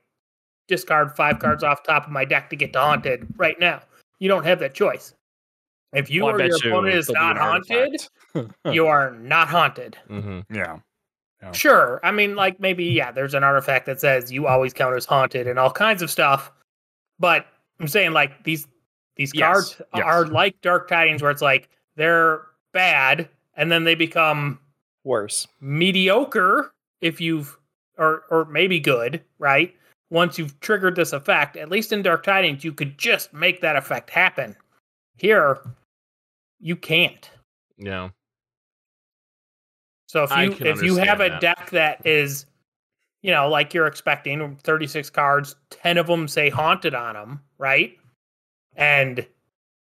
discard five cards off top of my deck to get to haunted right now. You don't have that choice. If you Well, Oh, I or your bet opponent is there'll be not an haunted, artifact. you are not haunted. mm-hmm. hmm yeah. Yeah. Sure. I mean, like maybe, yeah, there's an artifact that says you always count as haunted and all kinds of stuff. But I'm saying like these these Yes, cards yes. are like dark tidings where it's like they're bad and then they become Worse. mediocre if you've or or maybe good, right? Once you've triggered this effect, at least in Dark Tidings, you could just make that effect happen. Here, you can't. Yeah. So if I you can if you have a understand that. deck that is, you know, like you're expecting, 36 cards, 10 of them say haunted on them, right? And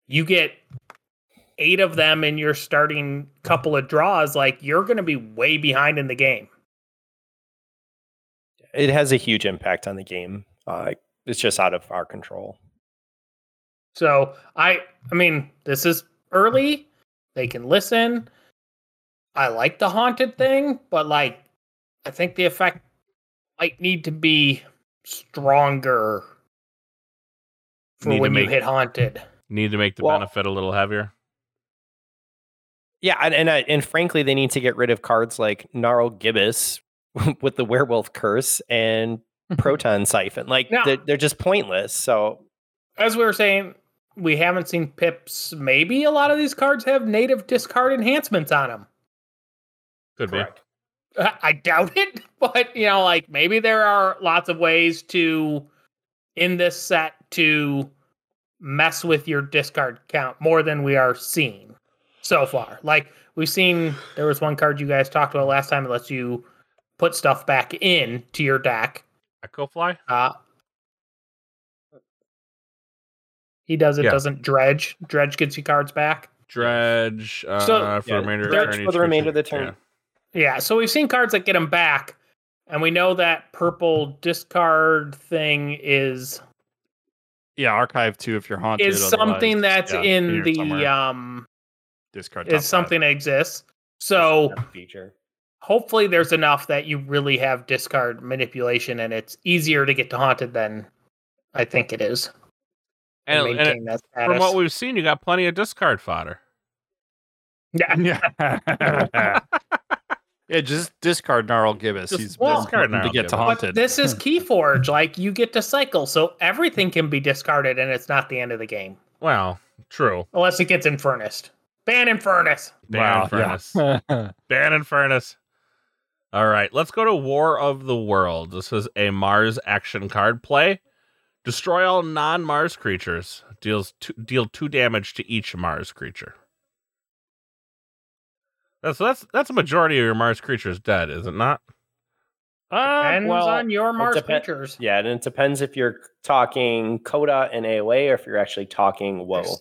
you get eight of them in your starting couple of draws, like you're going to be way behind in the game. It has a huge impact on the game. Uh, it's just out of our control. So I I mean, this is early. They can listen. I like the haunted thing, but like I think the effect might need to be stronger for Need to when make- you hit haunted. Need to make the Well- benefit a little heavier. Yeah, and and, I, and frankly, they need to get rid of cards like Gnarl Gibbous with the Werewolf Curse and Proton Siphon. Like Mm-hmm. No. they're, they're just pointless. So As we were saying, we haven't seen pips. Maybe a lot of these cards have native discard enhancements on them. Could I I doubt it, but you know, like maybe there are lots of ways to in this set to mess with your discard count more than we are seeing so far. Like we've seen there was one card you guys talked about last time that lets you put stuff back in to your deck. be. Echo fly? Uh he does it Yeah. doesn't dredge. Dredge gets you cards back. Dredge uh, So- for yeah, the remainder of dredge turn for each the remainder of the creature- turn. yeah. Yeah, so we've seen cards that get them back, and we know that purple discard thing is Yeah, archive too if you're haunted. is something otherwise, that's yeah, in you're the somewhere. um discard top is five. something that exists. So that feature. hopefully there's enough that you really have discard manipulation, and it's easier to get to haunted than I think it is. to And, and it- maintain that from what status. we've seen, you got plenty of discard fodder. yeah, yeah, just discard Gnarl Gibbous. Just He's well, been discard wanting to Gnarl get to Gibbous. but haunted. this is Keyforge. Like you get to cycle, so everything can be discarded, and it's not the end of the game Well, true. unless it gets infernist. Ban infernus. Ban Wow, Furnace. yeah. Ban and Furnace. All right, let's go to War of the World. This is a Mars action card play. Destroy all non-Mars creatures. Deals two, deal two damage to each Mars creature. That's that's that's a majority of your Mars creatures dead, is it not? Uh, Depends well, on your Mars depen- creatures. Yeah, and it depends if you're talking Coda and AOA or if you're actually talking Whoa. There's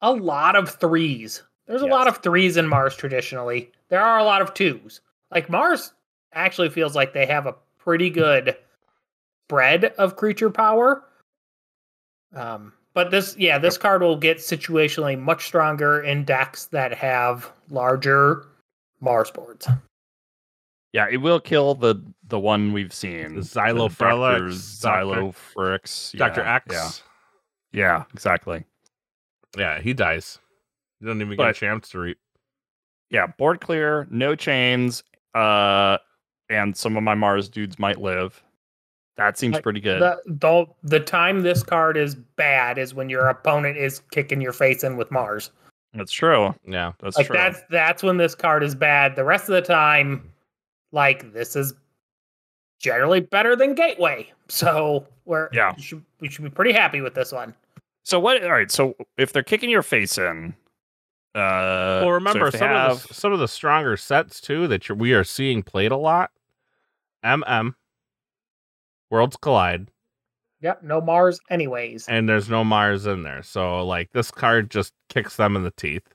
a lot of threes. There's a Yes. lot of threes in Mars traditionally. There are a lot of twos. Like Mars actually feels like they have a pretty good spread of creature power. Um, but this, yeah, this card will get situationally much stronger in decks that have larger Mars boards. yeah, it will kill the the one we've seen. The Xylophrelix, Doctor Doctor- Xylophrelix, yeah, Doctor X. Yeah, yeah, exactly. Yeah, he dies. You don't even get a But- chance to reap. yeah, board clear, no chains, uh, and some of my Mars dudes might live. That seems Like, pretty good. The, the the time this card is bad is when your opponent is kicking your face in with Mars. that's true. Yeah. That's like true. that's that's when this card is bad. The rest of the time, like this is generally better than Gateway. So we're Yeah. we should, we should be pretty happy with this one. So what? All right. So if they're kicking your face in, well, uh, so remember if they some have, of the, some of the stronger sets too that you're, we are seeing played a lot. MM, Worlds Collide, Yep, no Mars anyways. and there's no Mars in there. So like this card just kicks them in the teeth.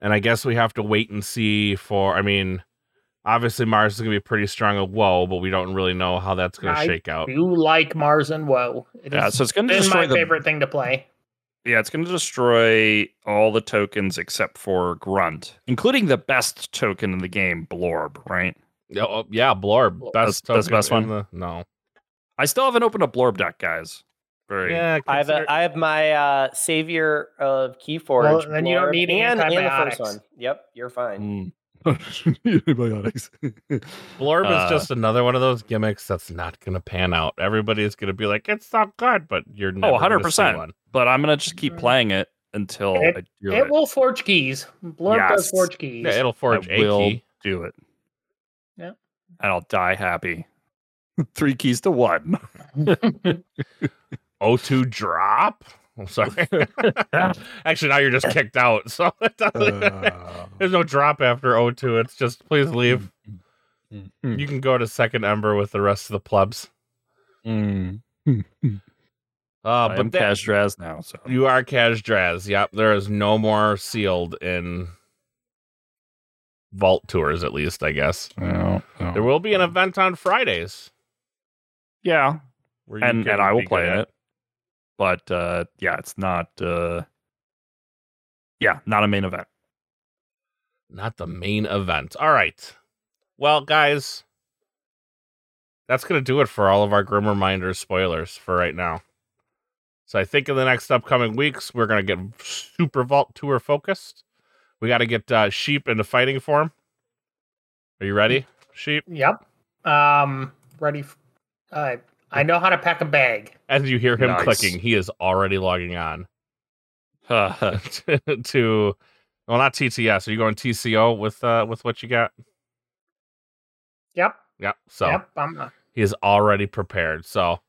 And I guess we have to wait and see for I mean, obviously Mars is gonna be pretty strong at whoa, but we don't really know how that's gonna I shake out. Do you like Mars and Woe? It Yeah, is- so it's going to it's destroy my the favorite thing to play. Yeah, it's going to destroy all the tokens except for Grunt, including the best token in the game, Blorb, right? Yeah, oh, yeah, Blorb. That's- Best that's token best in one? the- no. I still haven't opened a Blorb deck, guys. Very. Yeah, I have consider- a, I have my uh, savior of Keyforge. Well, then you don't Blorb, need and, and the antibiotics. first one. Yep, you're fine. Mm. Antibiotics. Blorb Uh, is just another one of those gimmicks that's not gonna pan out. Everybody's gonna be like, it's not good, but Oh, you're never gonna see 100%. one. But I'm going to just keep playing it until It- I do It Mm-hmm. it. will forge keys. Blurb does Yes. forge keys. Yeah, it'll I forge a will key. do it. Yeah. And I'll die happy. Three keys to one. O2 drop. I'm sorry. Actually, now you're just kicked out. So it doesn't- Uh, there's no drop after O2. It's just please leave. mm, Hmm. You can go to second ember with the rest of the plebs. Uh, I am but that, Cash Draz mm. now, so you are Cash Draz. Yep. There is no more sealed in vault tours, at least, I guess. Yeah, yeah. There will be an event on Fridays. yeah. where you and can and I will be good play at- it. But uh, yeah, it's not. Uh, yeah, not a main event. not the main event. All right. Well, guys, that's going to do it for all of our Grim Reminder spoilers for right now. So I think in the next upcoming weeks, we're going to get Super Vault Tour focused. We got to get uh, Sheep into fighting form. Are you ready, Sheep? Yep. Um, ready. F- uh, I know how to pack a bag. As you hear him Nice. clicking, he is already logging on to, well, not TTS. Are you going TCO with uh, with what you got? Yep. Yep. So Yep. I'm, uh, He is already prepared. So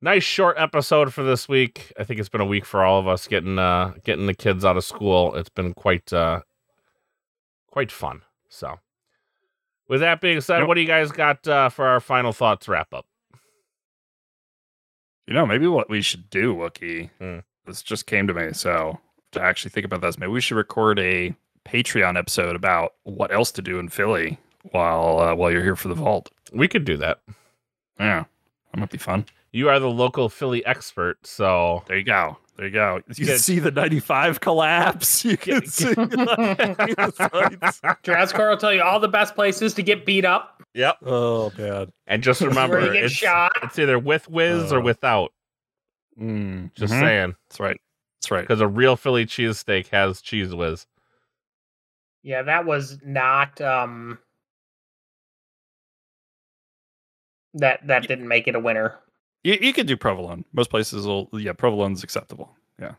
nice short episode for this week. I think it's been a week for all of us getting uh getting the kids out of school. It's been quite uh quite fun. So with that being said, Yep. what do you guys got uh, for our final thoughts wrap up? you know, maybe what we should do, Wookie. Hmm. This just came to me, so to actually think about this, maybe we should record a Patreon episode about what else to do in Philly while uh, while you're here for the vault. We could do that. Yeah, that might be fun. You are the local Philly expert, so There you go. There you go. You Yeah. can see the 95 collapse. You can see. Jazzcore will tell you all the best places to get beat up, Yep. oh, man. And just where remember you get it's, shot. it's either with whiz or Uh, without. Mm, Just mhm. saying. That's right. That's right. Because a real Philly cheesesteak has cheese whiz. Yeah, that was not. Um, that that didn't make it a winner. You, you could do provolone. Most places will. Yeah, provolone's acceptable. Yeah,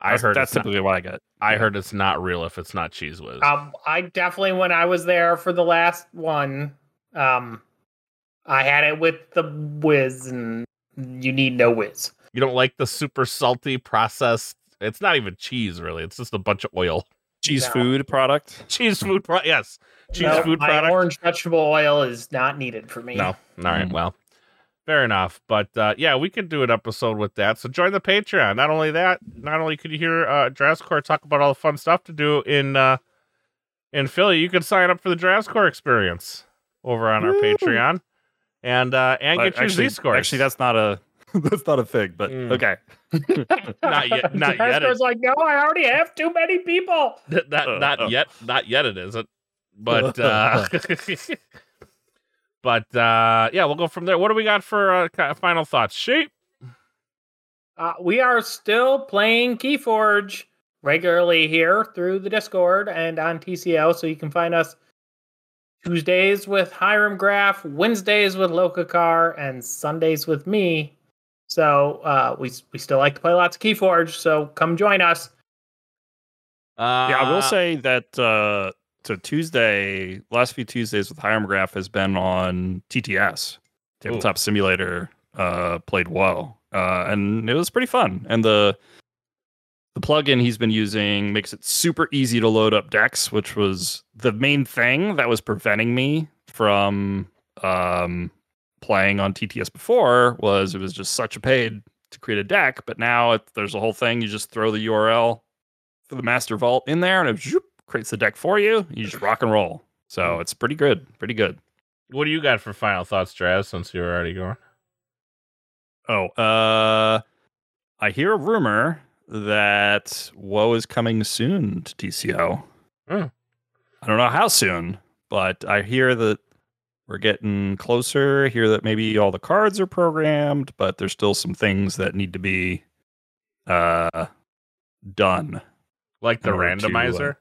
I That's- heard that's it's not- typically what I get. I heard it's not real if it's not cheese whiz. Uh, Um, I definitely when I was there for the last one, um, I had it with the whiz, and you need no whiz. you don't like the super salty processed. It's not even cheese, really. It's just a bunch of oil. Cheese No. food product. Cheese food, pro- yes. Cheese No, food my product. orange vegetable oil is not needed for me. No. All right. Mm. Well, fair enough. But uh, yeah, we could do an episode with that. So join the Patreon. Not only that, not only could you hear uh, Draft Corps talk about all the fun stuff to do in uh, in Philly, you could sign up for the Draft Corps experience over on our Woo! Patreon and uh, and But get your actually, Z scores. Actually, that's not a that's not a fig, but Mm. okay. Not yet- not yet. Jazzcore's like, no, I already have too many people. Th- not Uh, not uh. yet not yet it isn't but uh but uh yeah we'll go from there what do we got for uh, ki- final thoughts sheep Uh, we are still playing Keyforge regularly here through the Discord and on TCO, so you can find us Tuesdays with Hiram Graf, Wednesdays with Lokakar, and Sundays with me. So uh, we we still like to play lots of Keyforge, so come join us. uh yeah, I will say that uh, so Tuesday, last few Tuesdays with Hiram Graph has been on TTS Tabletop Simulator. Uh, played well, uh, and it was pretty fun. And the the plugin he's been using makes it super easy to load up decks, which was the main thing that was preventing me from um, playing on TTS before was it was just such a pain to create a deck, but now it, there's a whole thing. You just throw the URL for the master vault in there, and it zoop, creates the deck for you. You just rock and roll. So it's pretty good, pretty good. What do you got for final thoughts, Draz, since you were already going? Oh, uh, I hear a rumor that Woe is coming soon to TCO. Hmm. I don't know how soon, but I hear that we're getting closer. I hear that maybe all the cards are programmed, but there's still some things that need to be uh done. Like the In order to, uh, randomizer?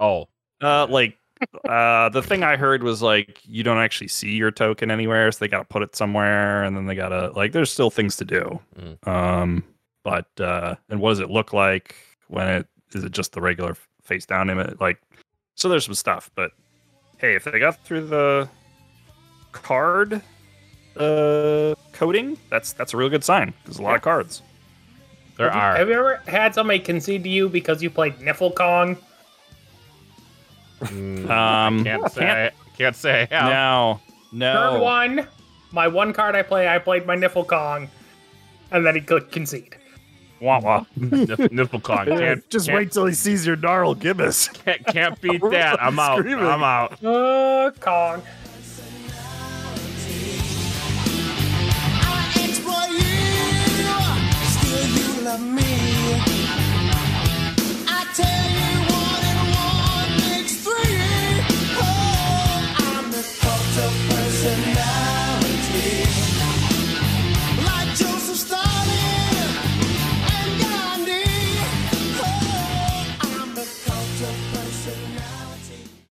Oh, Uh, like uh, the thing I heard was like you don't actually see your token anywhere, so they got to put it somewhere, and then they got to like there's still things to do. Mm. Um, but uh, and what does it look like when it is it just the regular f- face down image? Like, so there's some stuff, but hey, if they got through the card uh coding that's that's a real good sign there's a lot of cards there have, you- are. have you ever had somebody concede to you because you played Niffle Kong? Mm, um can't say. Can't say. I have. no Turn no one, my one card I play, I played my Niffle Kong, and then he clicked concede. wah, wah. Nif- Nipple Kong. Can't, just can't, wait till he sees your gnarl gibbous Can't, can't beat that. I'm out. Screaming. I'm out. Uh, Kong. Oh, Oh,